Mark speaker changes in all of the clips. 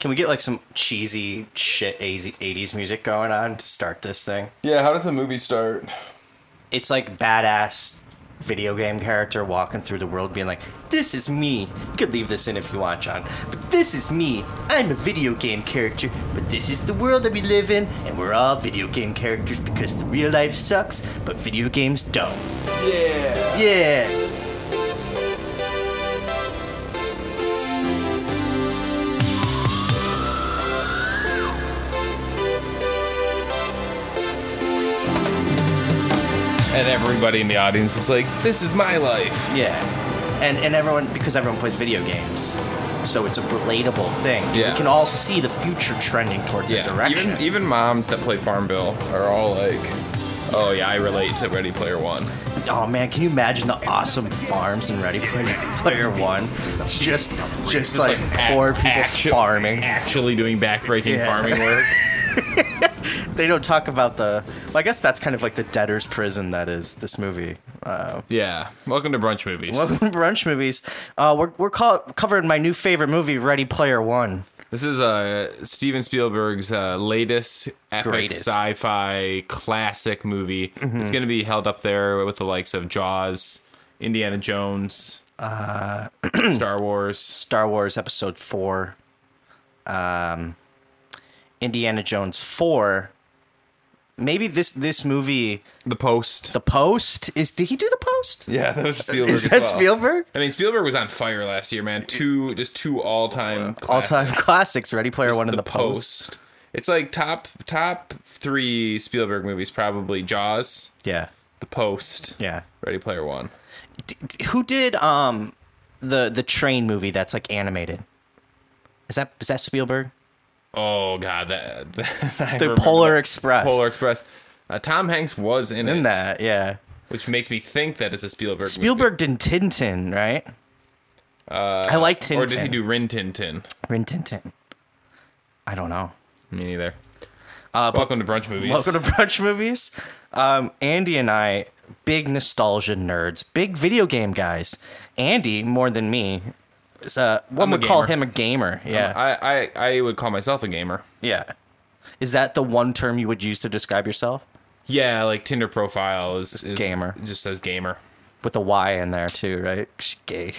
Speaker 1: Can we get like some cheesy shit 80s music going on to start this thing?
Speaker 2: Yeah, how does the movie start?
Speaker 1: It's like badass video game character walking through the world being like, This is me. You could leave this in if you want, John. But this is me. I'm a video game character, but this is the world that we live in, and we're all video game characters because the real life sucks, but video games don't.
Speaker 2: Yeah.
Speaker 1: Yeah.
Speaker 2: And everybody in the audience is like, this is my life.
Speaker 1: Yeah, and and everyone because everyone plays video games, so it's a relatable thing.
Speaker 2: Yeah.
Speaker 1: we can all see the future trending towards a direction.
Speaker 2: Even, even moms that play Farmville are all like, oh yeah, I relate to Ready Player One.
Speaker 1: oh man, can you imagine the awesome farms in Ready Player, Player One? It's Just just, like,
Speaker 2: ac-
Speaker 1: poor people
Speaker 2: actu-
Speaker 1: farming.
Speaker 2: Actually doing backbreaking
Speaker 1: Yeah.
Speaker 2: farming work.
Speaker 1: They don't talk about the. Well, I guess that's kind of like the debtor's prison that is this movie. Uh,
Speaker 2: Yeah. Welcome to Brunch Movies.
Speaker 1: welcome to brunch movies. Uh, we're we're call, covering my new favorite movie, Ready Player One.
Speaker 2: This is uh, Steven Spielberg's uh, latest epic
Speaker 1: Greatest. Mm-hmm.
Speaker 2: sci-fi classic movie. It's going to be held up there with the likes of Jaws, Indiana Jones, uh, Star Wars.
Speaker 1: Star Wars Episode Four, um, Indiana Jones Four. Maybe this this movie,
Speaker 2: The Post.
Speaker 1: The Post, is did he do The Post?
Speaker 2: yeah, that was Spielberg.
Speaker 1: Is
Speaker 2: as
Speaker 1: that
Speaker 2: well.
Speaker 1: Spielberg?
Speaker 2: I mean, Spielberg was on fire last year, man. Two, just two all-time,
Speaker 1: All
Speaker 2: classics.
Speaker 1: time classics, Ready Player One and
Speaker 2: The
Speaker 1: The Post.
Speaker 2: Post. It's like top top three Spielberg movies, probably Jaws,
Speaker 1: Yeah,
Speaker 2: The Post,
Speaker 1: yeah.
Speaker 2: Ready Player One.
Speaker 1: D- d- who did um the the train movie that's like animated? Is that is that Spielberg?
Speaker 2: Oh god, that, I
Speaker 1: The
Speaker 2: remember
Speaker 1: Polar
Speaker 2: that.
Speaker 1: Express.
Speaker 2: Polar Express. Uh, Tom Hanks was in, it,
Speaker 1: in that, yeah.
Speaker 2: which makes me think that it's a Spielberg.
Speaker 1: Spielberg did Tintin, right? Uh, I like Tintin.
Speaker 2: movie. or did he do Rin Tin Tin?
Speaker 1: Rin Tintin? I don't know.
Speaker 2: Me neither. Welcome to brunch movies.
Speaker 1: Uh, Welcome to Brunch Movies. Um, Andy and I, big nostalgia nerds, big video game guys. Andy, more than me, is uh, one
Speaker 2: I'm a
Speaker 1: would call
Speaker 2: gamer.
Speaker 1: him a gamer. Yeah.
Speaker 2: I, I I would call myself a gamer.
Speaker 1: yeah. Is that the one term you would use to describe yourself?
Speaker 2: Yeah, like Tinder profile is, is
Speaker 1: gamer.
Speaker 2: it Just says gamer.
Speaker 1: With a Y in there, too, right? 'Cause you're Gay.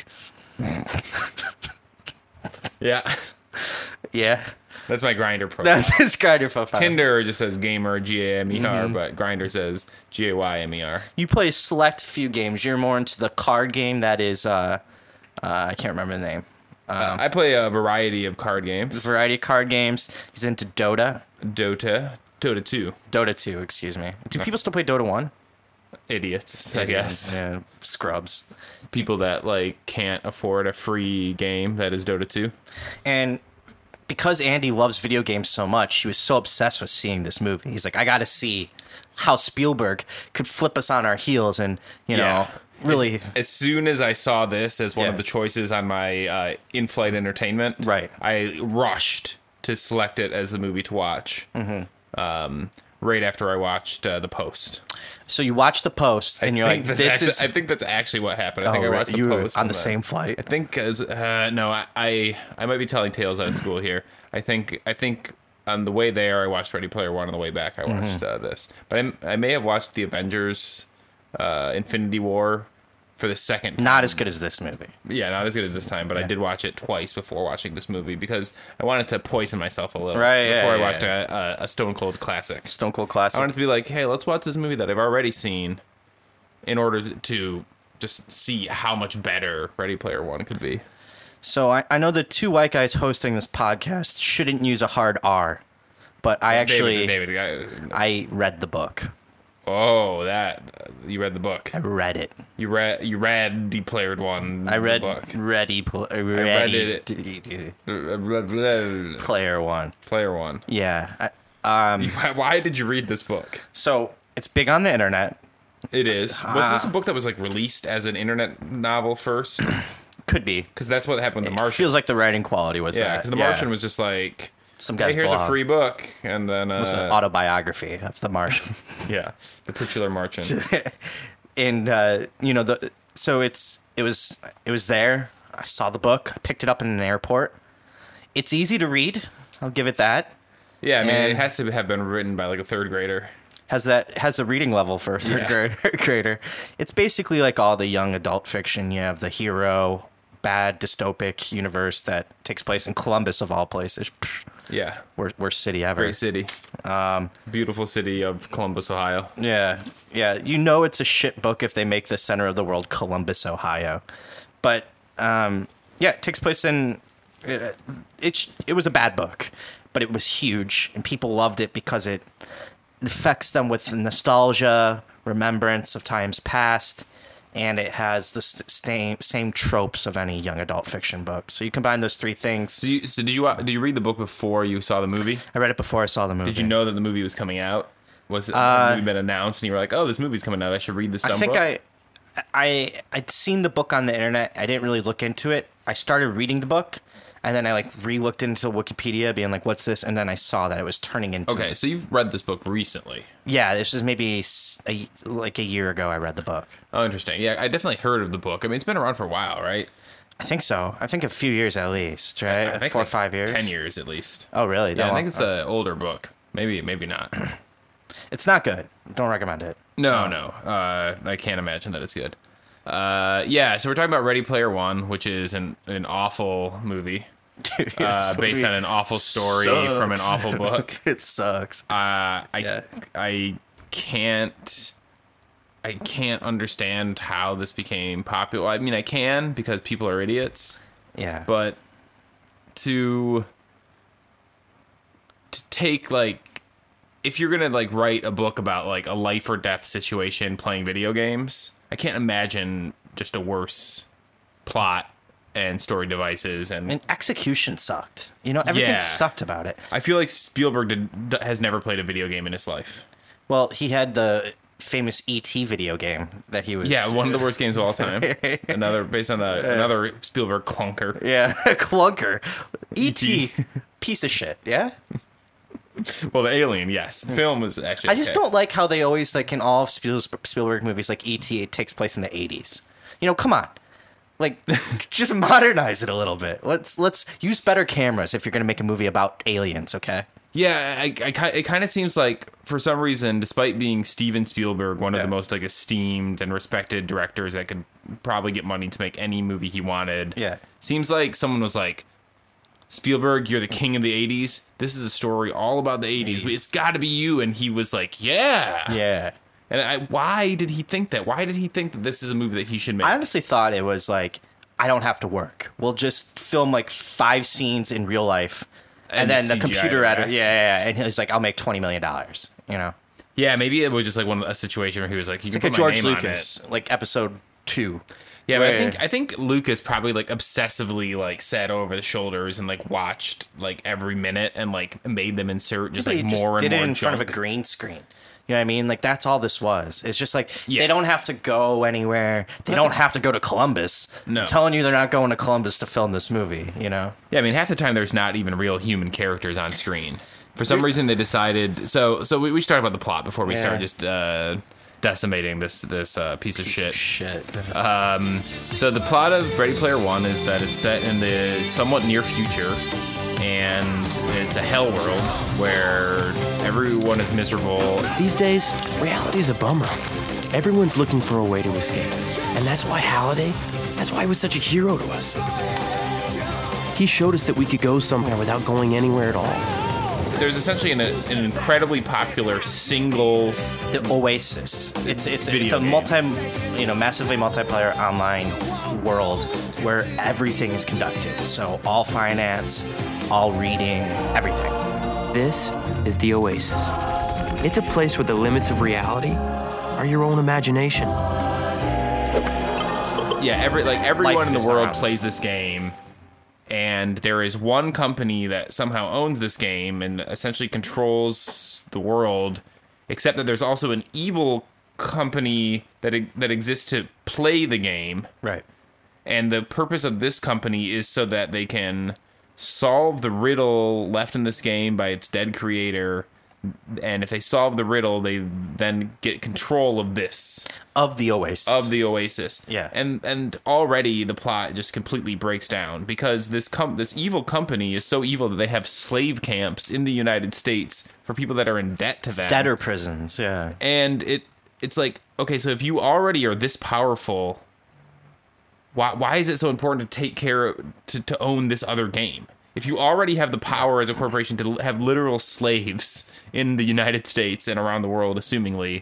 Speaker 2: Yeah,
Speaker 1: Yeah.
Speaker 2: that's my grinder profile.
Speaker 1: That's his kind of profile.
Speaker 2: Tinder just says gamer G A M E
Speaker 1: Mm-hmm.
Speaker 2: R, but grinder says G A Y M E R.
Speaker 1: You play select few games. You're more into the card game that is, uh, uh, I can't remember the name. Oh.
Speaker 2: Uh, I play a variety of card games.
Speaker 1: Variety of card games. He's into Dota.
Speaker 2: Dota, Dota two,
Speaker 1: Dota 2, excuse me. Do people still play Dota 1?
Speaker 2: idiots, I guess.
Speaker 1: Yeah, scrubs.
Speaker 2: people that like can't afford a free game that is Dota 2.
Speaker 1: And because Andy loves video games so much, he was so obsessed with seeing this movie. He's like, I got to see how Spielberg could flip us on our heels and, you
Speaker 2: Yeah.
Speaker 1: know, really.
Speaker 2: As, as soon as I saw this as one
Speaker 1: Yeah.
Speaker 2: of the choices on my uh, in-flight entertainment,
Speaker 1: Right.
Speaker 2: I rushed to select it as the movie to watch. Mm-hmm. Um, right after I watched uh, the post,
Speaker 1: so you watch the post and you're
Speaker 2: I
Speaker 1: like,
Speaker 2: think that's
Speaker 1: this
Speaker 2: actu-
Speaker 1: is.
Speaker 2: I think that's actually what happened. I think I
Speaker 1: Oh, right,
Speaker 2: watched the
Speaker 1: you were
Speaker 2: post
Speaker 1: on
Speaker 2: and
Speaker 1: the
Speaker 2: then-
Speaker 1: same flight.
Speaker 2: I think as uh, no, I, I I might be telling tales out of school here. I think I think on the way there, I watched Ready Player One. On the way back, I watched
Speaker 1: Mm-hmm.
Speaker 2: uh, this. But I'm, I may have watched the Avengers, uh, Infinity War, for the second.
Speaker 1: Not as good as this movie.
Speaker 2: yeah, not as good as this time, but I did watch it twice before watching this movie because I wanted to poison myself a little
Speaker 1: Right, yeah,
Speaker 2: before I
Speaker 1: yeah,
Speaker 2: watched a, a, a Stone Cold classic.
Speaker 1: Stone Cold
Speaker 2: I
Speaker 1: Classic.
Speaker 2: wanted to be like, hey, let's watch this movie that I've already seen, in order to just see how much better Ready Player One could be.
Speaker 1: So I, I know the two white guys hosting this podcast shouldn't use a hard R, but I actually.
Speaker 2: David, David, I-
Speaker 1: I read the book.
Speaker 2: oh, that you read the book.
Speaker 1: I read it.
Speaker 2: You read you read the playered one.
Speaker 1: I read
Speaker 2: the book.
Speaker 1: Ready, pl- ready
Speaker 2: it.
Speaker 1: d- d-
Speaker 2: Uh, read- read
Speaker 1: Player One.
Speaker 2: Player one.
Speaker 1: Yeah. I, um.
Speaker 2: Why, why did you read this book?
Speaker 1: So it's big on the internet.
Speaker 2: It is. Was
Speaker 1: Ah.
Speaker 2: this a book that was like released as an internet novel first?
Speaker 1: Could be.
Speaker 2: Because that's what happened with the
Speaker 1: It
Speaker 2: Martian.
Speaker 1: feels like the writing quality was uh,
Speaker 2: Yeah,
Speaker 1: that.
Speaker 2: because the Martian was just like,
Speaker 1: Some
Speaker 2: hey,
Speaker 1: guy's
Speaker 2: here's a
Speaker 1: blog.
Speaker 2: free book, and then uh,
Speaker 1: It's an autobiography of the Martian.
Speaker 2: yeah, the titular Martian.
Speaker 1: and uh, you know the so it's it was it was there. I saw the book. I picked it up in an airport. it's easy to read. I'll give it that.
Speaker 2: Yeah, I mean, it
Speaker 1: And-
Speaker 2: has to have been written by like a third grader.
Speaker 1: Has that has a reading level for a third
Speaker 2: Yeah.
Speaker 1: grade- grader. It's basically like all the young adult fiction. You have the hero, bad dystopic universe that takes place in Columbus of all places. Psh,
Speaker 2: Yeah,
Speaker 1: Worst, worst city ever.
Speaker 2: great city, um, beautiful city of Columbus, Ohio.
Speaker 1: Yeah, yeah. You know it's a shit book if they make the center of the world Columbus, Ohio. But um, yeah, it takes place in. It, it it was a bad book, but it was huge, and people loved it because it affects them with nostalgia, remembrance of times past, and it has the s- same same tropes of any young adult fiction book. So you combine those three things.
Speaker 2: So, you, so did you wa- did you read the book before you saw the movie?
Speaker 1: I read it before I saw the movie.
Speaker 2: Did you know that the movie was coming out? Was it the movie been announced and you were like, oh, this movie's coming out. I should read this. Dumb
Speaker 1: Uh, I think
Speaker 2: book?
Speaker 1: I, I I'd seen the book on the internet. I didn't really look into it. I started reading the book, and then I like re-looked into Wikipedia, being like, "What's this?" And then I saw that it was turning into.
Speaker 2: Okay, so you've read this book recently.
Speaker 1: Yeah, this is maybe s- a, like a year ago. I read the book.
Speaker 2: Oh, interesting. Yeah, I definitely heard of the book. I mean, it's been around for a while, right?
Speaker 1: I think so. I think a few years at least, right?
Speaker 2: I think
Speaker 1: Four or
Speaker 2: like
Speaker 1: five years.
Speaker 2: ten years at least.
Speaker 1: Oh, really? That
Speaker 2: yeah, I
Speaker 1: long?
Speaker 2: think it's an older book. Maybe, maybe not.
Speaker 1: It's not good. Don't recommend it.
Speaker 2: No, no. Uh, I can't imagine that it's good. Uh, yeah, so we're talking about Ready Player One, which is an, an awful movie uh,
Speaker 1: This
Speaker 2: based
Speaker 1: movie
Speaker 2: on an awful story from an
Speaker 1: sucks.
Speaker 2: awful book.
Speaker 1: It sucks.
Speaker 2: Uh, I
Speaker 1: Yeah.
Speaker 2: I can't I can't understand how this became popular. I mean, I can because people are idiots,
Speaker 1: Yeah.
Speaker 2: but to to take like if you're gonna like write a book about like a life or death situation playing video games, I can't imagine just a worse plot and story devices and
Speaker 1: and execution sucked. You know, everything
Speaker 2: Yeah.
Speaker 1: sucked about it.
Speaker 2: I feel like Spielberg did, has never played a video game in his life.
Speaker 1: Well, he had the famous ET video game that he was.
Speaker 2: Yeah, one of the worst games of all time. another based on a, another Spielberg clunker.
Speaker 1: Yeah, clunker. ET,
Speaker 2: E.T..
Speaker 1: piece of shit. Yeah,
Speaker 2: Well, the Alien, yes. Film was actually.
Speaker 1: I just
Speaker 2: okay.
Speaker 1: don't like how they always like in all of Spiel- Spielberg movies, like ET, it takes place in the '80s. You know, come on, like just modernize it a little bit. Let's let's use better cameras if you're gonna make a movie about aliens. Okay.
Speaker 2: Yeah, I, I, ki- it kind of seems like for some reason, despite being Steven Spielberg, one of the most like esteemed and respected directors that could probably get money to make any movie he wanted.
Speaker 1: Yeah.
Speaker 2: seems like someone was like. Spielberg, you're the king of the 80s. This is a story all about the 80s, but
Speaker 1: 80s.
Speaker 2: it's got to be you. And he was like, yeah.
Speaker 1: Yeah.
Speaker 2: And I, why did he think that? Why did he think that this is a movie that he should make?
Speaker 1: I honestly thought it was like I don't have to work. We'll just film like five scenes in real life,
Speaker 2: And
Speaker 1: and,
Speaker 2: the
Speaker 1: then the,
Speaker 2: CGI
Speaker 1: computer
Speaker 2: the
Speaker 1: editor.
Speaker 2: rest.
Speaker 1: Yeah, yeah, yeah, and he's like, I'll make twenty million dollars. You know,
Speaker 2: Yeah, maybe it was just like one a situation where he was like, "You
Speaker 1: like
Speaker 2: can
Speaker 1: a
Speaker 2: put
Speaker 1: George
Speaker 2: my name on it."
Speaker 1: Lucas, like episode two.
Speaker 2: Yeah, but I
Speaker 1: Where-
Speaker 2: think I think Lucas probably like obsessively like sat over the shoulders and like watched like every minute and like made them insert just like
Speaker 1: He just
Speaker 2: more and
Speaker 1: did
Speaker 2: more
Speaker 1: it in front of
Speaker 2: junk.
Speaker 1: a green screen. You know what I mean? Like that's all this was. It's just like
Speaker 2: Yeah.
Speaker 1: they don't have to go anywhere. They don't have to go to Columbus.
Speaker 2: No.
Speaker 1: I'm telling you, they're not going to Columbus to film this movie. You know?
Speaker 2: Yeah, I mean, half the time there's not even real human characters on screen. For some reason, they decided. So, so we, we should talk about the plot before we start
Speaker 1: Yeah.
Speaker 2: just uh, decimating this this uh, piece, of shit.
Speaker 1: Shit.
Speaker 2: So the plot of Ready Player One is that it's set in the somewhat near future, and it's a hell world where everyone is miserable.
Speaker 3: These days, reality is a bummer. Everyone's looking for a way to escape. And that's why Halliday, that's why he was such a hero to us. He showed us that we could go somewhere without going anywhere at all.
Speaker 2: There's essentially an, an incredibly popular single.
Speaker 1: the Oasis. It's it's it's
Speaker 2: Video
Speaker 1: a
Speaker 2: game.
Speaker 1: multi, you know, massively multiplayer online world where everything is conducted. So all finance, all reading, everything.
Speaker 3: This is the Oasis. It's a place where the limits of reality are your own imagination.
Speaker 2: Yeah, every like everyone in
Speaker 1: is
Speaker 2: the
Speaker 1: the
Speaker 2: world
Speaker 1: house.
Speaker 2: plays this game, and there is one company that somehow owns this game and essentially controls the world. Except that there's also an evil company that e- that exists to play the game.
Speaker 1: Right.
Speaker 2: and the purpose of this company is so that they can solve the riddle left in this game by its dead creator and if they solve the riddle, they then get control of this
Speaker 1: of the Oasis.
Speaker 2: of the Oasis.
Speaker 1: Yeah.
Speaker 2: and and already the plot just completely breaks down because this com- this evil company is so evil that they have slave camps in the United States for people that are in debt to them.
Speaker 1: debtor prisons. Yeah.
Speaker 2: and it it's like okay, so if you already are this powerful, why why is it so important to take care of, to to own this other game? If you already have the power as a corporation to l- have literal slaves in the United States and around the world, assumingly,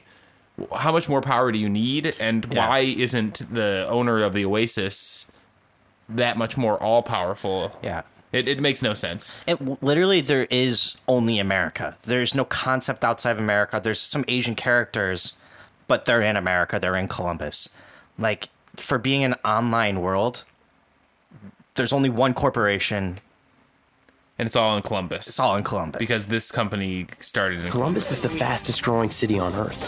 Speaker 2: wh- how much more power do you need? And
Speaker 1: Yeah.
Speaker 2: why isn't the owner of the Oasis that much more all powerful?
Speaker 1: Yeah.
Speaker 2: It, it makes no sense.
Speaker 1: It, literally, there is only America. There's no concept outside of America. There's some Asian characters, but they're in America. They're in Columbus. Like, for being an online world, there's only one corporation.
Speaker 2: And it's all in Columbus.
Speaker 1: It's all in Columbus.
Speaker 2: because this company started in
Speaker 3: Columbus is the fastest growing city on Earth.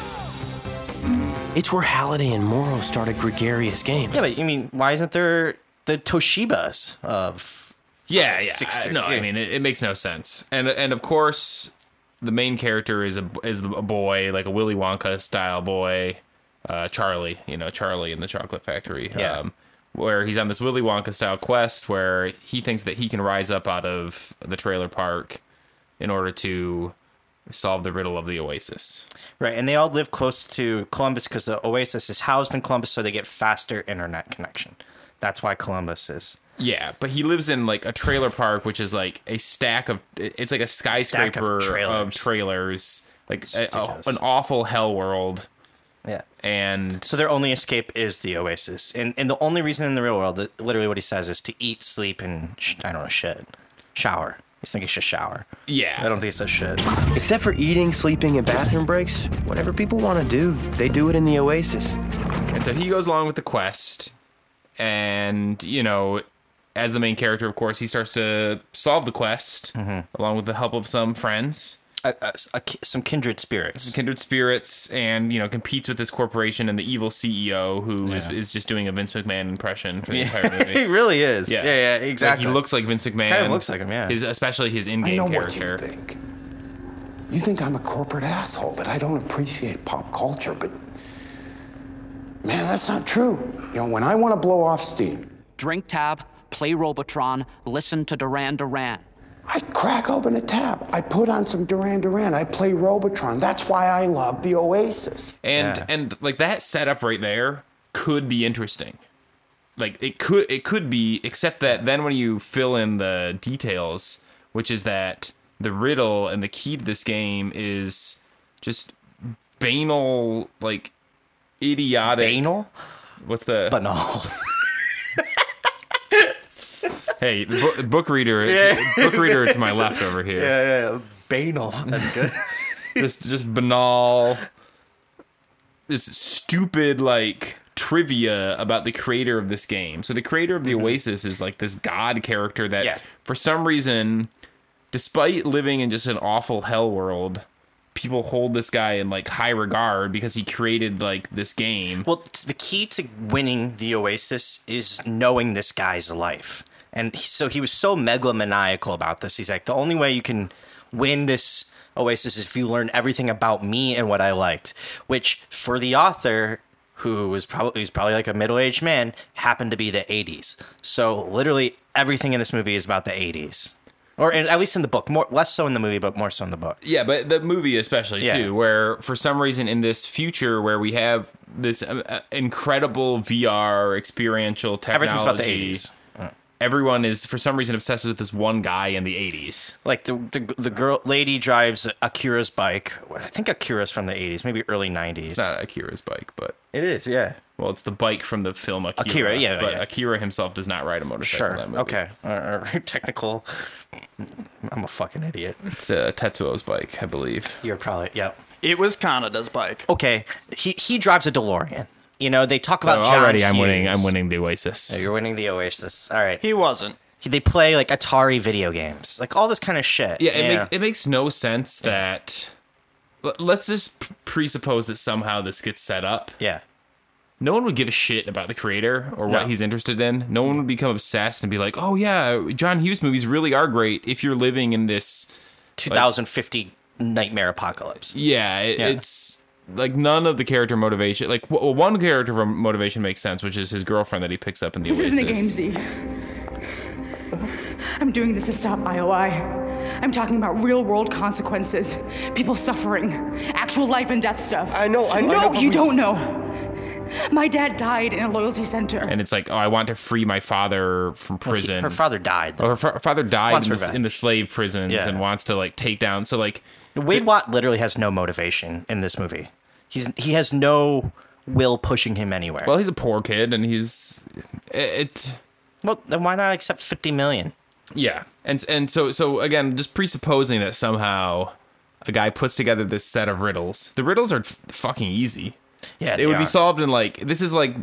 Speaker 3: It's where Halliday and Morrow started gregarious games.
Speaker 1: Yeah, but you mean, why isn't there the Toshibas of.
Speaker 2: Yeah, yeah.
Speaker 1: Six
Speaker 2: I-
Speaker 1: thirty,
Speaker 2: no, I
Speaker 1: yeah.
Speaker 2: mean it, it makes no sense. And and of course, the main character is a is a boy, like a Willy Wonka style boy, uh, Charlie. You know, Charlie in the Chocolate Factory. um,
Speaker 1: Yeah.
Speaker 2: where he's on this Willy Wonka style quest where he thinks that he can rise up out of the trailer park in order to solve the riddle of the oasis.
Speaker 1: Right, and they all live close to Columbus because the Oasis is housed in Columbus, so they get faster internet connection. That's why Columbus is.
Speaker 2: Yeah, but he lives in like a trailer park, which is like a stack of it's like a skyscraper
Speaker 1: trailers.
Speaker 2: of trailers, like a, a,
Speaker 1: ridiculous.
Speaker 2: an awful hell world.
Speaker 1: Yeah.
Speaker 2: And
Speaker 1: So their only escape is the Oasis, and and the only reason in the real world, that literally what he says is to eat, sleep, and sh- I don't know shit, shower. He's thinking should shower.
Speaker 2: yeah,
Speaker 1: I don't think he says shit.
Speaker 3: Except for eating, sleeping, and bathroom breaks, whatever people want to do, they do it in the Oasis.
Speaker 2: and so he goes along with the quest, and you know, as the main character, of course, he starts to solve the quest
Speaker 1: Mm-hmm.
Speaker 2: along with the help of some friends,
Speaker 1: Uh, uh, s- a ki- some kindred spirits.
Speaker 2: kindred spirits, and you know, competes with this corporation and the evil CEO who is is just doing a Vince McMahon impression for the entire movie.
Speaker 1: He really is.
Speaker 2: Yeah.
Speaker 1: Yeah, yeah,
Speaker 2: Like,
Speaker 1: exactly.
Speaker 2: he looks like Vince McMahon.
Speaker 1: Kind of looks like him, yeah.
Speaker 2: His, especially his
Speaker 4: I
Speaker 2: in-game
Speaker 4: know
Speaker 2: character.
Speaker 4: what you think. You think I'm a corporate asshole, that I don't appreciate pop culture, but man, that's not true. You know, when I want to blow off steam,
Speaker 5: Drink tab, play Robotron, listen to Duran Duran.
Speaker 4: I crack open a tab. I put on some Duran Duran. I play Robotron. That's why I love the Oasis.
Speaker 2: and
Speaker 1: Yeah.
Speaker 2: and like that setup right there could be interesting like it could it could be except that then when you fill in the details which is that the riddle and the key to this game is just banal like idiotic
Speaker 1: Anal,
Speaker 2: what's the
Speaker 1: but no.
Speaker 2: hey bo- book reader book reader to my left over here
Speaker 1: Banal. That's good.
Speaker 2: just just banal this stupid like trivia about the creator of this game so the creator of the oasis is like this god character that
Speaker 1: Yeah.
Speaker 2: for some reason despite living in just an awful hell world people hold this guy in like high regard because he created like this game
Speaker 1: Well, t- the key to winning the Oasis is knowing this guy's life. And he- so he was so megalomaniacal about this. He's like, the only way you can win this Oasis is if you learn everything about me and what I liked, which for the author, who was probably he's probably like a middle-aged man, happened to be the 80s. So literally everything in this movie is about the 80s. Or in, at least in the book, more less so in the movie, but more so in the book.
Speaker 2: Yeah, but the movie especially
Speaker 1: Yeah.
Speaker 2: too, where for some reason in this future where we have this uh, uh, incredible VR experiential technology,
Speaker 1: Everything's about the 80s.
Speaker 2: Everyone is for some reason obsessed with this one guy in the '80s.
Speaker 1: like the, the the girl lady drives Akira's bike. I think Akira's from the 80s, maybe early 90s.
Speaker 2: It's not Akira's bike, but
Speaker 1: It is, yeah.
Speaker 2: well, it's the bike from the film Akira.
Speaker 1: Akira, yeah,
Speaker 2: but
Speaker 1: yeah.
Speaker 2: Akira himself does not ride a motorcycle.
Speaker 1: Sure.
Speaker 2: In that movie.
Speaker 1: Okay. All right. Technical. I'm a fucking idiot.
Speaker 2: it's uh, Tetsuo's bike, I believe.
Speaker 1: You're probably yep.
Speaker 6: It was Canada's bike.
Speaker 1: Okay. He he drives a DeLorean. You know they talk
Speaker 2: So
Speaker 1: about Uh, John
Speaker 2: already, I'm
Speaker 1: Hughes.
Speaker 2: winning. I'm winning the Oasis.
Speaker 1: You're winning the Oasis. All right.
Speaker 6: He wasn't.
Speaker 1: They play like Atari video games, like all this kind of shit.
Speaker 2: Yeah, it, Make, it makes no sense that. l- Let's just p- presuppose that somehow this gets set up.
Speaker 1: yeah.
Speaker 2: no one would give a shit about the creator or what
Speaker 1: No.
Speaker 2: he's interested in. No one would become obsessed and be like, "Oh yeah, John Hughes movies really are great if you're living in this
Speaker 1: 2050 nightmare apocalypse.
Speaker 2: Yeah, it,
Speaker 1: Yeah.
Speaker 2: it's like none of the character motivation. Like w- one character from motivation makes sense, which is his girlfriend that he picks up in the
Speaker 6: This
Speaker 2: Oasis.
Speaker 6: isn't a game, Z. I'm doing this to stop IOI. I'm talking about real world consequences, people suffering, actual life and death stuff.
Speaker 7: I know, I know, I know,
Speaker 6: No,
Speaker 7: but
Speaker 6: you
Speaker 7: we-
Speaker 6: don't know. My dad died in a loyalty center.
Speaker 2: and it's like, oh, I want to free my father from
Speaker 1: He-
Speaker 2: prison.
Speaker 1: her father died.
Speaker 2: Or her fa- father died
Speaker 1: Wants
Speaker 2: in the,
Speaker 1: revenge.
Speaker 2: in the slave prisons
Speaker 1: Yeah.
Speaker 2: and wants to like take down. So like,
Speaker 1: Wade Watt literally has no motivation in this movie. He's he has no will pushing him anywhere.
Speaker 2: well, he's a poor kid, and he's it. it
Speaker 1: Well, then why not accept fifty million?
Speaker 2: Yeah, and and so so again, just presupposing that somehow a guy puts together this set of riddles. The riddles are f- fucking easy.
Speaker 1: Yeah,
Speaker 2: it
Speaker 1: they
Speaker 2: would be
Speaker 1: are.
Speaker 2: solved in like this is like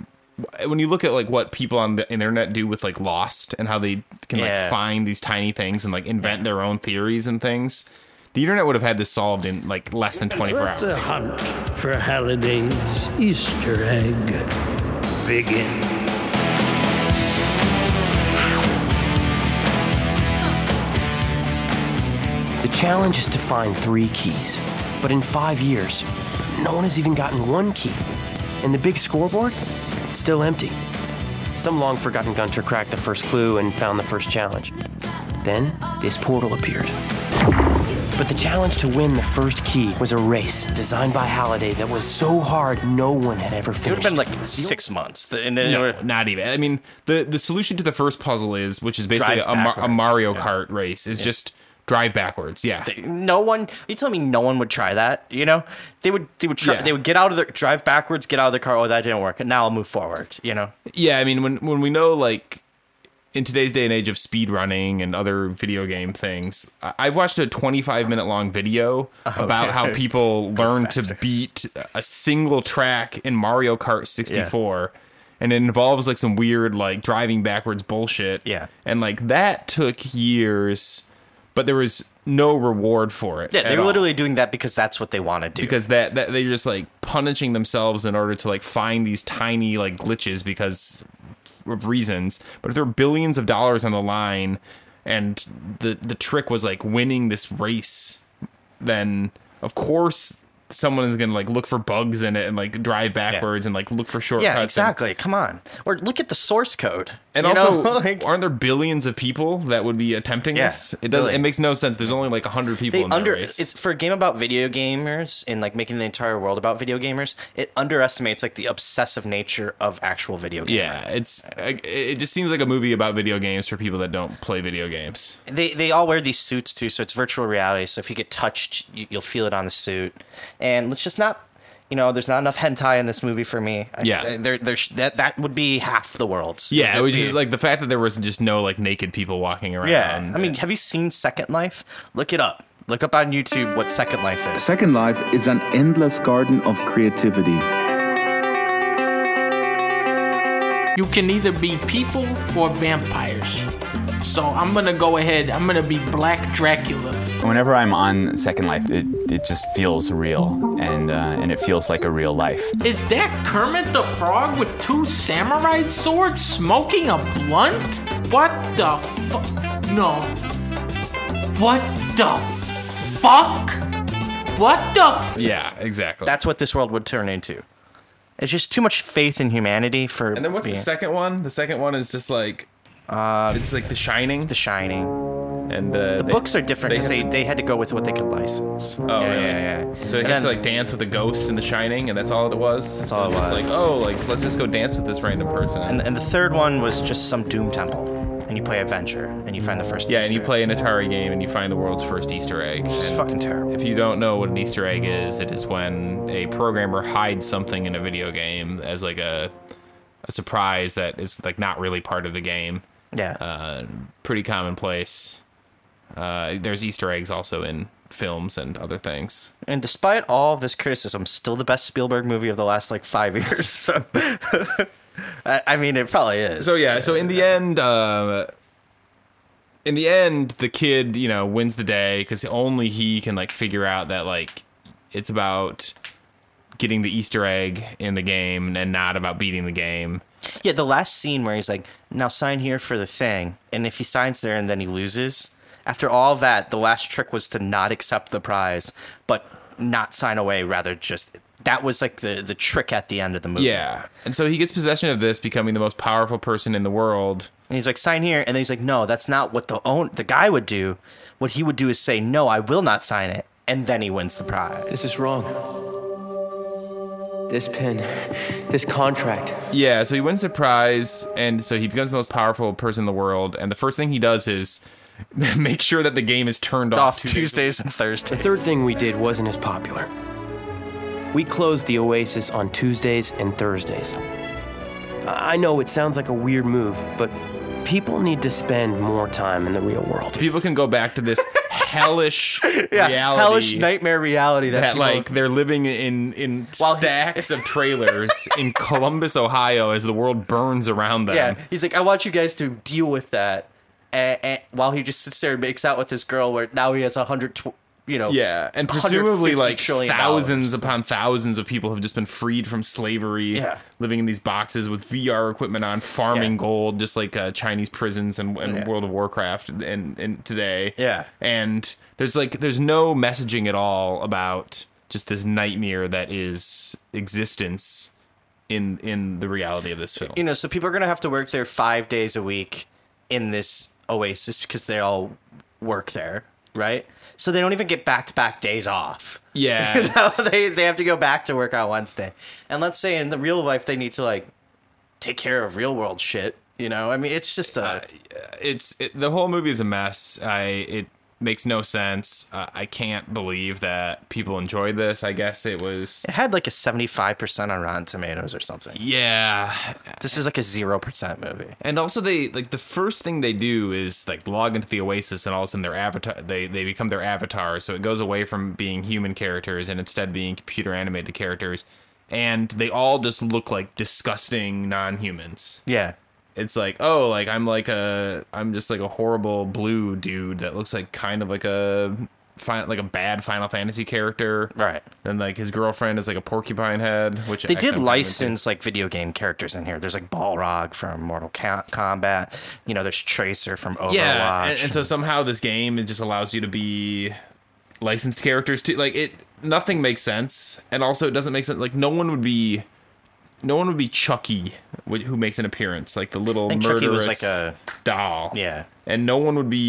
Speaker 2: when you look at like what people on the internet do with like Lost and how they can
Speaker 1: Yeah.
Speaker 2: like find these tiny things and like invent their own theories and things. The internet would have had this solved in like less than 24
Speaker 8: Let the
Speaker 2: hours.
Speaker 8: hunt for Halliday's Easter egg begin.
Speaker 3: The challenge is to find three keys. But in five years, no one has even gotten one key. And the big scoreboard? It's still empty. Some long forgotten gunter cracked the first clue and found the first challenge. Then, this portal appeared. But the challenge to win the first key was a race designed by Halliday that was so hard no one had ever
Speaker 1: It would
Speaker 3: finished.
Speaker 1: have been like six months, th- and then they
Speaker 2: No,
Speaker 1: were-
Speaker 2: not even. I mean, the the solution to the first puzzle is, which is basically
Speaker 1: Drive
Speaker 2: a, Mar- a
Speaker 1: backwards.
Speaker 2: Mario Kart race, is just drive backwards. Yeah,
Speaker 1: no one. Are you telling me no one would try that? You know, they would. They would try.
Speaker 2: Yeah.
Speaker 1: They would get out of their drive backwards, get out of the car. Oh, that didn't work. And now I'll move forward. You know,
Speaker 2: Yeah, I mean, when when we know like in today's day and age of speed running and other video game things, I- I've watched a 25 minute long video
Speaker 1: Oh,
Speaker 2: about how people learn to beat a single track in Mario Kart 64. And it involves like some weird like driving backwards bullshit.
Speaker 1: Yeah.
Speaker 2: And like that took years, but there was no reward for it.
Speaker 1: yeah,
Speaker 2: at
Speaker 1: they were
Speaker 2: all
Speaker 1: literally doing that because that's what they want to do.
Speaker 2: because that, that they're just like punishing themselves in order to like find these tiny like glitches because of reasons but if there are billions of dollars on the line and the the trick was like winning this race then of course someone is gonna like look for bugs in it and like drive backwards and like look for shortcuts
Speaker 1: yeah,
Speaker 2: and-
Speaker 1: exactly. Come on, or look at the source code.
Speaker 2: and,
Speaker 1: you
Speaker 2: also
Speaker 1: know? Like,
Speaker 2: aren't there billions of people that would be attempting
Speaker 1: Yeah,
Speaker 2: this it doesn't it
Speaker 1: billion.
Speaker 2: makes no sense there's only like 100 people
Speaker 1: they
Speaker 2: in that
Speaker 1: under
Speaker 2: race
Speaker 1: it's for a game about video gamers and like making the entire world about video gamers. It underestimates like the obsessive nature of actual video gamers.
Speaker 2: Yeah, it's it it just seems like a movie about video games for people that don't play video games.
Speaker 1: they they all wear these suits too, so it's virtual reality. So if you get touched, you, you'll feel it on the suit. And let's just not, you know, there's not enough hentai in this movie for me. I-
Speaker 2: Yeah.
Speaker 1: I- there there's that that would be half the world's.
Speaker 2: Yeah, it
Speaker 1: It'd
Speaker 2: was
Speaker 1: be-
Speaker 2: just like the fact that there was just no like naked people walking around.
Speaker 1: yeah. I mean, have you seen Second Life? Look it up. Look up on YouTube what Second Life is.
Speaker 9: Second Life is an endless garden of creativity.
Speaker 10: You can either be people or vampires. So I'm gonna go ahead, I'm gonna be Black Dracula.
Speaker 11: Whenever I'm on Second Life, it, it just feels real, and uh, and it feels like a real life.
Speaker 10: Is that Kermit the Frog with two samurai swords smoking a blunt? What the fuck? No. What the fuck? What the f-
Speaker 2: yeah, exactly.
Speaker 1: That's what this world would turn into. It's just too much faith in humanity for.
Speaker 2: and then what's the
Speaker 1: being-
Speaker 2: second one? The second one is just like uh, it's like The Shining
Speaker 1: The Shining.
Speaker 2: and the,
Speaker 1: The books are different
Speaker 2: they
Speaker 1: because
Speaker 2: have
Speaker 1: they, they,
Speaker 2: to-
Speaker 1: had to go with what they could license.
Speaker 2: Oh,
Speaker 1: yeah,
Speaker 2: really?
Speaker 1: yeah, yeah.
Speaker 2: So he
Speaker 1: And
Speaker 2: has to
Speaker 1: then-
Speaker 2: like dance with a ghost in The Shining, and that's all it was. That's
Speaker 1: all
Speaker 2: it was.
Speaker 1: it
Speaker 2: Just
Speaker 1: was.
Speaker 2: like oh, like let's just go dance with this random person.
Speaker 1: And, and the third one was just some Doom Temple. And you play Adventure, and you find the first
Speaker 2: yeah, and you
Speaker 1: Easter
Speaker 2: play an Atari game, and you find the world's first Easter egg.
Speaker 1: egg. It's
Speaker 2: And-
Speaker 1: fucking terrible.
Speaker 2: If you don't know what an Easter egg is, it is when a programmer hides something in a video game as like a a surprise that is like not really part of the game.
Speaker 1: Yeah.
Speaker 2: Uh, pretty commonplace. Uh, there's Easter eggs also in films and other things.
Speaker 1: and despite all of this criticism, still the best Spielberg movie of the last like five years. So, I, I mean, it probably is.
Speaker 2: So yeah, so in the end, uh, in the end, the kid you know wins the day because only he can like figure out that like it's about getting the Easter egg in the game and not about beating the game.
Speaker 1: yeah, the last scene where he's like, "Now sign here for the thing," and if he signs there and then he loses, After all that, the last trick was to not accept the prize, but not sign away. Rather, just that was like the the trick at the end of the movie.
Speaker 2: Yeah. And so he gets possession of this, becoming the most powerful person in the world.
Speaker 1: And he's like, sign here. And then he's like, no, that's not what the own the guy would do. What he would do is say, no, I will not sign it. And then he wins the prize.
Speaker 7: This is wrong. This pen, this contract.
Speaker 2: Yeah, so he wins the prize, and so he becomes the most powerful person in the world. And the first thing he does is make sure that the game is turned off,
Speaker 1: Off Tuesdays and Thursdays.
Speaker 3: The third thing we did wasn't as popular. We closed the Oasis on Tuesdays and Thursdays. I I know it sounds like a weird move, but people need to spend more time in the real world.
Speaker 2: People can go back to this hellish
Speaker 1: Yeah,
Speaker 2: reality.
Speaker 1: hellish nightmare reality that,
Speaker 2: that,
Speaker 1: people-
Speaker 2: like they're living in in stacks of trailers in Columbus, Ohio, as the world burns around them.
Speaker 1: Yeah, he's like, I want you guys to deal with that. And, and while he just sits there and makes out with this girl, where now he has a hundred, tw- you know,
Speaker 2: Yeah, and
Speaker 1: 150
Speaker 2: presumably like
Speaker 1: trillion
Speaker 2: thousands upon thousands of people have just been freed from slavery,
Speaker 1: Yeah.
Speaker 2: living in these boxes with VR equipment on, farming gold, just like uh, Chinese prisons and, and
Speaker 1: Yeah.
Speaker 2: World of Warcraft and, and today.
Speaker 1: Yeah.
Speaker 2: and there's like there's no messaging at all about just this nightmare that is existence in in the reality of this film.
Speaker 1: you know, so people are gonna have to work there five days a week in this oasis because they all work there, right? So they don't even get back to back days off.
Speaker 2: Yeah,
Speaker 1: You know, they they have to go back to work on Wednesday. And let's say in the real life they need to like take care of real world shit. You know, I mean, it's just
Speaker 2: Uh,
Speaker 1: a
Speaker 2: it's it, the whole movie is a mess. I it makes no sense. Uh, I can't believe that people enjoyed this. I guess it was
Speaker 1: it had like a seventy five percent on Rotten Tomatoes or something.
Speaker 2: yeah.
Speaker 1: This is like a zero percent movie.
Speaker 2: And also they like the first thing they do is like log into the Oasis and all of a sudden their avatar they they become their avatars. So it goes away from being human characters and instead being computer animated characters. And they all just look like disgusting non-humans.
Speaker 1: Yeah.
Speaker 2: it's like oh like i'm like a i'm just like a horrible blue dude that looks like kind of like a fi- like a bad final fantasy character
Speaker 1: right
Speaker 2: and like his girlfriend is like a porcupine head which
Speaker 1: They
Speaker 2: actually I'm
Speaker 1: did
Speaker 2: kind of
Speaker 1: license like video game characters in here. There's like Balrog from Mortal Ka- Kombat. You know, there's Tracer from Overwatch.
Speaker 2: into- yeah and, and so somehow this game it just allows you to be licensed characters too like it nothing makes sense and also it doesn't make sense like no one would be no one would be Chucky wh- who makes an appearance like the little
Speaker 1: I think Chucky was
Speaker 2: murderous
Speaker 1: like a-
Speaker 2: doll
Speaker 1: yeah.
Speaker 2: and no one would be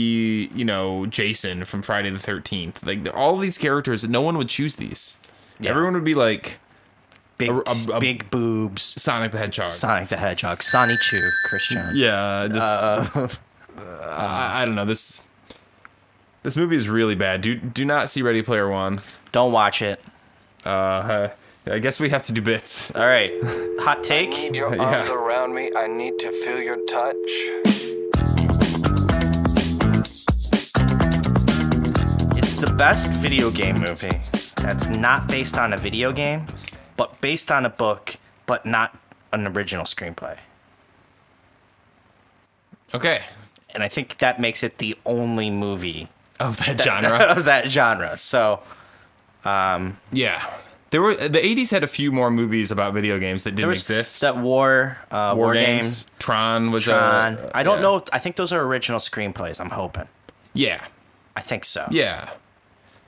Speaker 2: you know jason from friday the 13th like all these characters no one would choose these everyone would be like
Speaker 1: big, big boobs
Speaker 2: sonic the hedgehog
Speaker 1: Sonic the Hedgehog, Sonny Chu, Christian.
Speaker 2: yeah just
Speaker 1: Uh.
Speaker 2: I, I don't know this this movie is really bad do do not see ready player one
Speaker 1: don't watch it
Speaker 2: uh i guess we have to do bits
Speaker 1: all right hot take
Speaker 12: I need your arms around me. I need to feel your touch.
Speaker 1: It's the best video game movie that's not based on a video game, but based on a book, but not an original screenplay.
Speaker 2: Okay.
Speaker 1: And I think that makes it the only movie
Speaker 2: of that genre.
Speaker 1: of that genre. So, um,
Speaker 2: yeah there were the 80s had a few more movies about video games that didn't
Speaker 1: was
Speaker 2: exist
Speaker 1: that war uh, war, game.
Speaker 2: tron was
Speaker 1: Tron.
Speaker 2: a,
Speaker 1: I don't know. If, I think those are original screenplays. I'm hoping.
Speaker 2: yeah
Speaker 1: I think so.
Speaker 2: yeah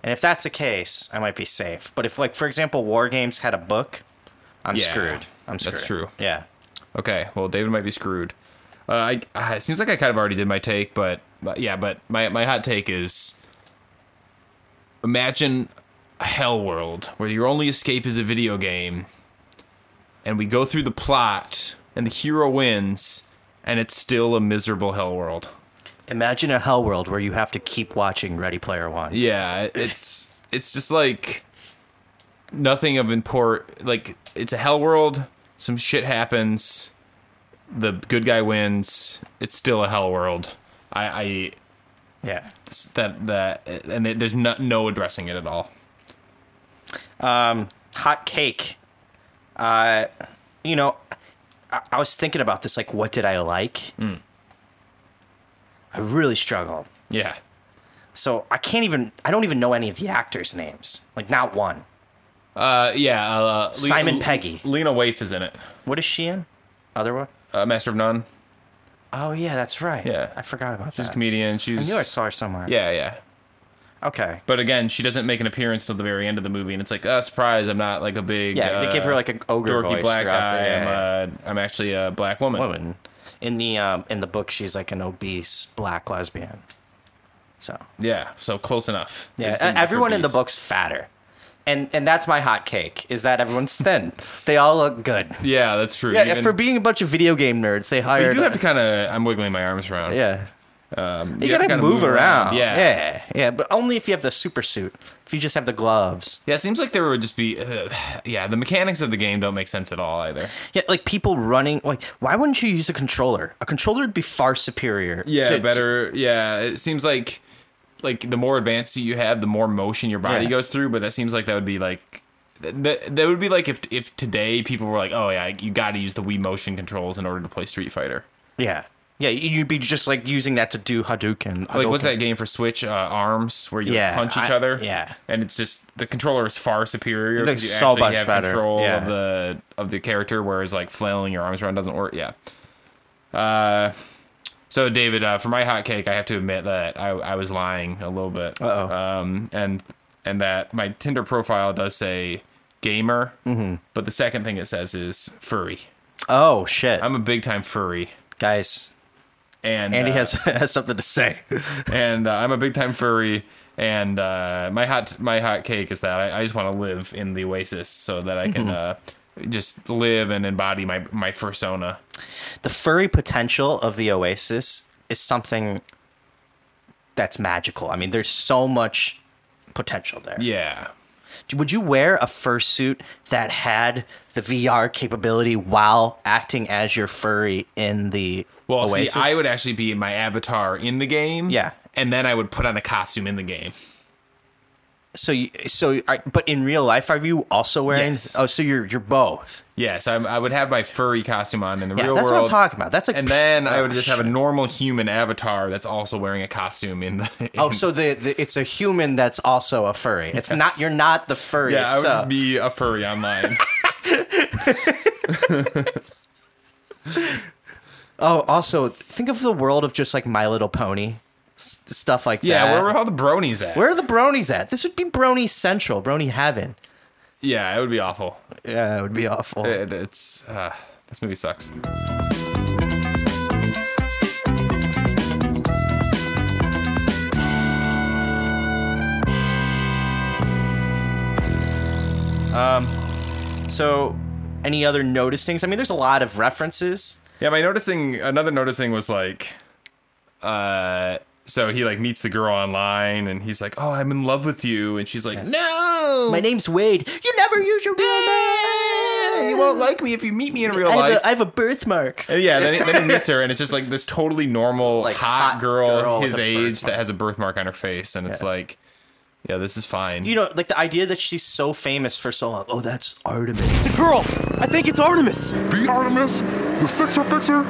Speaker 1: And if that's the case, I might be safe. But if, like, for example, War Games had a book, I'm
Speaker 2: Yeah,
Speaker 1: screwed. I'm screwed.
Speaker 2: That's true.
Speaker 1: Yeah.
Speaker 2: Okay. Well, David might be screwed. Uh, I, I it seems like I kind of already did my take, but, but yeah, but my my hot take is imagine a hell world where your only escape is a video game, and we go through the plot, and the hero wins, and it's still a miserable hell world.
Speaker 1: Imagine a hell world where you have to keep watching Ready Player One.
Speaker 2: Yeah, it- it's it's just like nothing of import. Like it's a hell world. Some shit happens. The good guy wins. It's still a hell world. I, I
Speaker 1: yeah.
Speaker 2: That that and there- there's no no addressing it at all.
Speaker 1: Um, hot cake. Uh, you know, I, I was thinking about this. Like, what did I like?
Speaker 2: Hmm.
Speaker 1: I really struggled.
Speaker 2: Yeah.
Speaker 1: So I can't even. I don't even know any of the actors' names. Like, not one.
Speaker 2: Uh, yeah. Uh, Le-
Speaker 1: Simon Peggy.
Speaker 2: Lena Waithe is in it.
Speaker 1: What is she in? Other one.
Speaker 2: Uh, Master of None.
Speaker 1: Oh yeah, that's right.
Speaker 2: Yeah.
Speaker 1: I forgot about
Speaker 2: She's
Speaker 1: that.
Speaker 2: a comedian. She's.
Speaker 1: I knew I saw her somewhere.
Speaker 2: Yeah, yeah.
Speaker 1: Okay.
Speaker 2: But again, she doesn't make an appearance till the very end of the movie, and it's like, uh, surprise! I'm not like a big.
Speaker 1: Yeah, they
Speaker 2: uh,
Speaker 1: give her, like, an ogre
Speaker 2: dorky
Speaker 1: voice
Speaker 2: black
Speaker 1: throughout
Speaker 2: guy.
Speaker 1: the- yeah,
Speaker 2: I'm, uh, I'm actually a black woman.
Speaker 1: Woman. In the um, in the book, she's like an obese black lesbian. So
Speaker 2: Yeah, so close enough.
Speaker 1: yeah,
Speaker 2: It's the
Speaker 1: e- everyone in the
Speaker 2: beast.
Speaker 1: book's fatter, and and that's my hot cake is that everyone's thin. they all look good.
Speaker 2: Yeah, that's true.
Speaker 1: Yeah,
Speaker 2: Even-
Speaker 1: for being a bunch of video game nerds, they
Speaker 2: But
Speaker 1: hired.
Speaker 2: You do have to kind of. I'm wiggling my arms around.
Speaker 1: Yeah.
Speaker 2: Um,
Speaker 1: you
Speaker 2: have
Speaker 1: gotta
Speaker 2: to kinda
Speaker 1: move, around.
Speaker 2: Yeah.
Speaker 1: yeah, yeah, but only if you have the super suit. If you just have the gloves,
Speaker 2: Yeah, it seems like there would just be, uh, yeah, the mechanics of the game don't make sense at all either.
Speaker 1: yeah, like people running. Like, why wouldn't you use a controller? A controller would be far superior.
Speaker 2: Yeah,
Speaker 1: to-
Speaker 2: better. Yeah, it seems like, like the more advanced you have, the more motion your body
Speaker 1: Yeah.
Speaker 2: goes through. But that seems like that would be like, that that would be like if if today people were like, oh yeah, you got to use the Wii motion controls in order to play Street Fighter.
Speaker 1: Yeah. Yeah, you'd be just like using that to do Hadouken.
Speaker 2: Like what's
Speaker 1: Hadouken.
Speaker 2: that game for Switch? Uh, Arms, where you
Speaker 1: Yeah,
Speaker 2: punch each
Speaker 1: I-
Speaker 2: other.
Speaker 1: yeah.
Speaker 2: and it's just the controller is far superior.
Speaker 1: Like,
Speaker 2: 'cause you
Speaker 1: so
Speaker 2: actually
Speaker 1: much
Speaker 2: have
Speaker 1: better,
Speaker 2: Control
Speaker 1: yeah.
Speaker 2: of the of the character, whereas like flailing your arms around doesn't work. Yeah. Uh, so David, uh, for my hot cake, I have to admit that I, I was lying a little bit. Uh oh. Um, and and that my Tinder profile does say gamer,
Speaker 1: Mhm.
Speaker 2: but the second thing it says is furry.
Speaker 1: Oh shit!
Speaker 2: I'm a big time furry,
Speaker 1: guys.
Speaker 2: And
Speaker 1: Andy
Speaker 2: uh,
Speaker 1: has has something to say.
Speaker 2: and uh, I'm a big time furry. And uh, my hot my hot cake is that I, I just want to live in the oasis so that I can
Speaker 1: Mhm.
Speaker 2: uh, just live and embody my my persona.
Speaker 1: The furry potential of the Oasis is something that's magical. I mean, there's so much potential there.
Speaker 2: Yeah.
Speaker 1: Would you wear a fursuit that had the VR capability while acting as your furry in the
Speaker 2: Well,
Speaker 1: Oasis?
Speaker 2: see, I would actually be my avatar in the game. Yeah, and then I would put on a costume in the game.
Speaker 1: so you, so are, but in real life are you also wearing
Speaker 2: Yes.
Speaker 1: Oh, so you're you're both.
Speaker 2: Yes, I'm, I would have my furry costume on in the
Speaker 1: Yeah,
Speaker 2: real
Speaker 1: that's
Speaker 2: world.
Speaker 1: what I'm talking about. That's like
Speaker 2: and then I would
Speaker 1: Oh,
Speaker 2: just have a normal human avatar that's also wearing a costume in the. In
Speaker 1: Oh, so the, the it's a human that's also a furry. It's not you're not the furry
Speaker 2: yeah, I would
Speaker 1: itself.
Speaker 2: just be a furry online.
Speaker 1: oh, also think of the world of just like My Little Pony s- stuff like that.
Speaker 2: yeah, where were all the bronies at?
Speaker 1: Where are the bronies at? This would be Brony Central, Brony Heaven.
Speaker 2: Yeah, it would be awful.
Speaker 1: Yeah, it would be awful.
Speaker 2: It, it's uh, this movie sucks.
Speaker 1: Um, so any other noticings? I mean, there's a lot of references.
Speaker 2: Yeah, my noticing another noticing was like, uh, so he like meets the girl online and he's like, oh, I'm in love with you, and she's like, no,
Speaker 1: My name's Wade. You never use your real name.
Speaker 2: You won't like me if you meet me in real
Speaker 1: I have a-
Speaker 2: life.
Speaker 1: I have a birthmark.
Speaker 2: Uh, Yeah, then he, then he meets her, and it's just like this totally normal, hot, girl,
Speaker 1: girl with
Speaker 2: his
Speaker 1: a
Speaker 2: age that has a birthmark on her face, and it's like, yeah, this is fine.
Speaker 1: You know, like the idea that she's so famous for so long. Oh, that's Artemis.
Speaker 7: Girl, I think it's Artemis. The Artemis? The Sixer Fixer?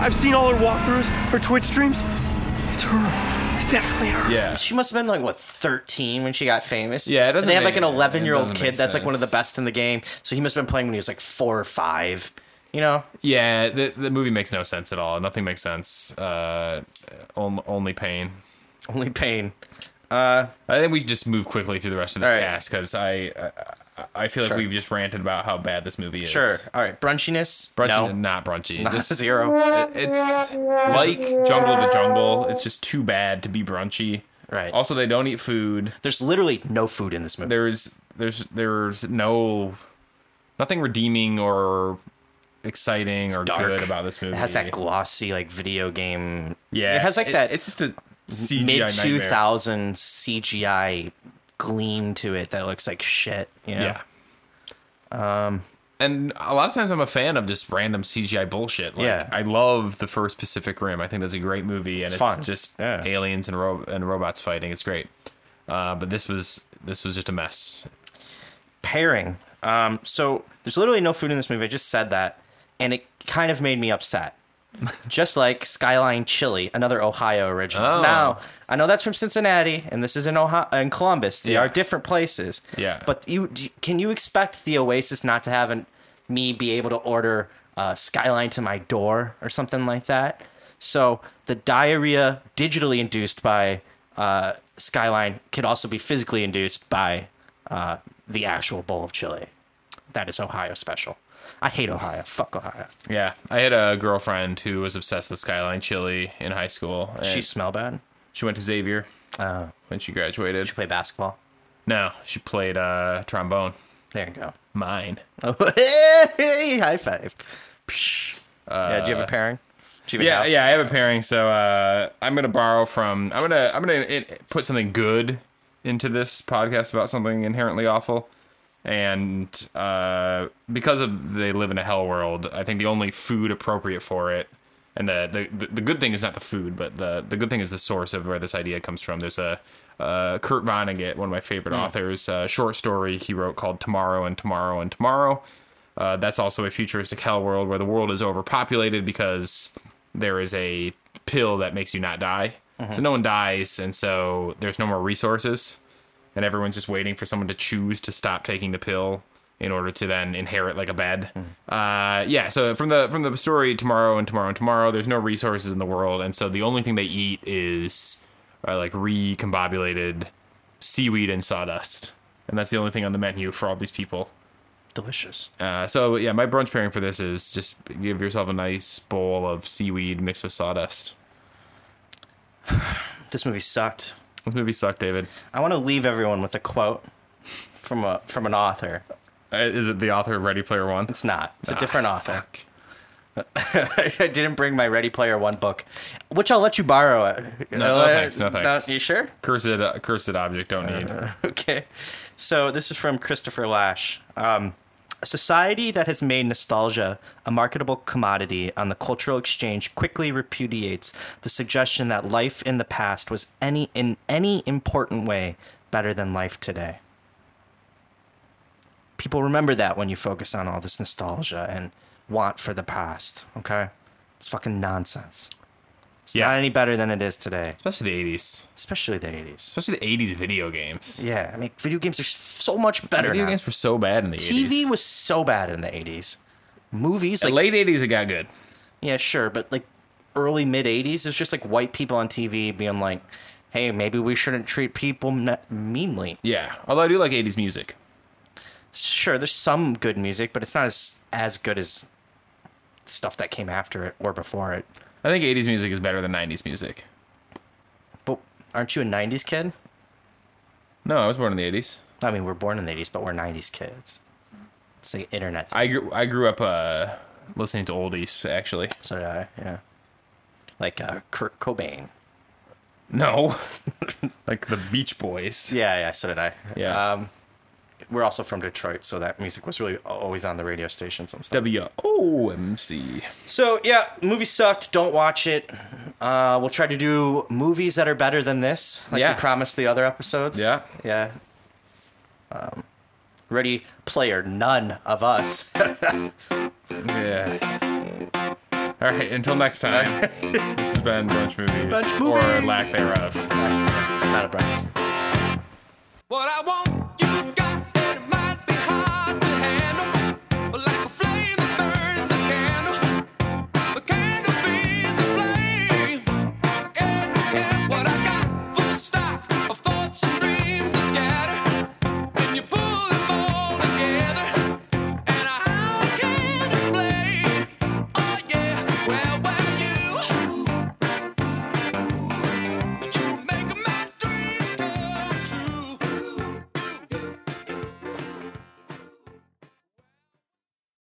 Speaker 7: I've seen all her walkthroughs, her Twitch streams. It's her. It's definitely her.
Speaker 2: Yeah.
Speaker 1: She must have been like what 13 when she got famous.
Speaker 2: Yeah, it
Speaker 1: And
Speaker 2: doesn't
Speaker 1: They have
Speaker 2: make-
Speaker 1: like an
Speaker 2: it
Speaker 1: 11 year old
Speaker 2: doesn't
Speaker 1: kid
Speaker 2: make
Speaker 1: that's like one of the
Speaker 2: sense.
Speaker 1: best in the game. So he must have been playing when he was like four or five. You know,
Speaker 2: Yeah, the, the movie makes no sense at all. Nothing makes sense. Uh, on, only pain.
Speaker 1: Only pain. Uh,
Speaker 2: I think we just move quickly through the rest of this
Speaker 1: All right.
Speaker 2: cast because I, I I feel like
Speaker 1: Sure.
Speaker 2: we've just ranted about how bad this movie is.
Speaker 1: sure. All right, brunchiness.
Speaker 2: Brunchy,
Speaker 1: no.
Speaker 2: not brunchy.
Speaker 1: Not
Speaker 2: Just-
Speaker 1: zero.
Speaker 2: it- it's like jungle to jungle. It's just too bad to be brunchy.
Speaker 1: Right.
Speaker 2: Also, they don't eat food.
Speaker 1: There's literally no food in this movie.
Speaker 2: There's there's there's no nothing redeeming or exciting or
Speaker 1: dark.
Speaker 2: good about this movie.
Speaker 1: It has that glossy like video game.
Speaker 2: Yeah,
Speaker 1: it has like
Speaker 2: it-
Speaker 1: that.
Speaker 2: It's just a CGI
Speaker 1: mid two
Speaker 2: nightmare.
Speaker 1: thousand CGI gleam to it that looks like shit. You know?
Speaker 2: Yeah. Um, and a lot of times I'm a fan of just random CGI bullshit. Like,
Speaker 1: Yeah.
Speaker 2: I love the first Pacific Rim. I think that's a great movie, and
Speaker 1: It's
Speaker 2: it's,
Speaker 1: fun.
Speaker 2: just aliens and ro- and robots fighting. It's great. Uh, but this was this was just a mess.
Speaker 1: pairing. Um, so there's literally no food in this movie. I just said that, and it kind of made me upset. just like Skyline Chili, another Ohio original.
Speaker 2: Oh.
Speaker 1: Now I know that's from Cincinnati, and this is in Ohio in Columbus. They
Speaker 2: Yeah.
Speaker 1: are different places.
Speaker 2: Yeah.
Speaker 1: But you do you- can you expect the Oasis not to have an, me be able to order uh, Skyline to my door or something like that? So the diarrhea, digitally induced by uh, Skyline, can also be physically induced by uh, the actual bowl of chili. That is Ohio special. I hate Ohio. Fuck Ohio.
Speaker 2: Yeah, I had a girlfriend who was obsessed with Skyline Chili in high school.
Speaker 1: She smell bad?
Speaker 2: She went to Xavier when she graduated. Oh. She
Speaker 1: played basketball?
Speaker 2: No, she played uh, trombone.
Speaker 1: There you go.
Speaker 2: Mine.
Speaker 1: Oh, hey, high five. yeah, do you have
Speaker 2: Uh,
Speaker 1: a pairing? Do you have a
Speaker 2: yeah,
Speaker 1: towel?
Speaker 2: yeah, I have a pairing, so uh, I'm gonna borrow from. I'm gonna I'm gonna it, put something good into this podcast about something inherently awful, and uh, because of they live in a hell world, I think the only food appropriate for it, and the the, the, the good thing is not the food, but the the good thing is the source of where this idea comes from. There's a uh, Kurt Vonnegut, one of my favorite
Speaker 13: Hmm.
Speaker 2: authors, uh, short story he wrote called Tomorrow and Tomorrow and Tomorrow. Uh, that's also a futuristic hell world where the world is overpopulated because there is a pill that makes you not die.
Speaker 13: Mhm.
Speaker 2: So no one dies, and so there's no more resources, and everyone's just waiting for someone to choose to stop taking the pill in order to then inherit like a bed. Uh, yeah. So from the from the story, tomorrow and tomorrow and tomorrow, there's no resources in the world, and so the only thing they eat is uh, like recombobulated seaweed and sawdust, and that's the only thing on the menu for all these people.
Speaker 1: Delicious.
Speaker 2: Uh, so yeah, my brunch pairing for this is just give yourself a nice bowl of seaweed mixed with sawdust.
Speaker 1: this movie sucked.
Speaker 2: This movie sucked, David.
Speaker 1: I want to leave everyone with a quote from a from an author.
Speaker 2: Uh, is it the author of Ready Player One?
Speaker 1: It's not. It's a different author. I didn't bring my Ready Player One book, which I'll let you borrow. It. Uh,
Speaker 2: No, no thanks, no thanks.
Speaker 1: you sure?
Speaker 2: Cursed, uh, cursed object, don't need.
Speaker 1: Uh. okay. So this is from Christopher Lash. Um, a society that has made nostalgia a marketable commodity on the cultural exchange quickly repudiates the suggestion that life in the past was any in any important way better than life today. People remember that when you focus on all this nostalgia and want for the past, okay? It's fucking nonsense. It's not any better than it is today.
Speaker 2: Especially the 80s.
Speaker 1: Especially the 80s.
Speaker 2: Especially the 80s video games.
Speaker 1: Yeah, I mean, video games are so much better.
Speaker 2: Video
Speaker 1: now.
Speaker 2: games were so bad in the
Speaker 1: TV
Speaker 2: 80s.
Speaker 1: was so bad in the 80s. Movies,
Speaker 2: The
Speaker 1: like,
Speaker 2: late 80s, it got good.
Speaker 1: yeah, sure, but like early mid 80s, it's just like white people on TV being like, hey, maybe we shouldn't treat people me- meanly.
Speaker 2: Yeah, although I do like 80s music.
Speaker 1: Sure, there's some good music, but it's not as, as good as stuff that came after it or before it.
Speaker 2: I think 80s music is better than 90s music.
Speaker 1: But aren't you a 90s kid?
Speaker 2: No, I was born in the 80s.
Speaker 1: I mean, we're born in the 80s, but we're 90s kids. It's the internet.
Speaker 2: I grew, I grew up uh, listening to oldies, actually.
Speaker 1: So did I, yeah. Like uh, Kurt Cobain.
Speaker 2: No. like the Beach Boys.
Speaker 1: Yeah, yeah, so did I.
Speaker 2: Yeah.
Speaker 1: Um, we're also from Detroit, so that music was really always on the radio stations and stuff.
Speaker 2: WOMC.
Speaker 1: So yeah, movie sucked. Don't watch it. Uh, we'll try to do movies that are better than this, like
Speaker 2: Yeah.
Speaker 1: we promised the other episodes.
Speaker 2: Yeah.
Speaker 1: yeah. Um, ready player, none of us.
Speaker 2: yeah. All right, until next time. this has been Brunch Movies.
Speaker 13: Brunch
Speaker 2: Or lack thereof.
Speaker 1: It's not a brunch.
Speaker 13: What I want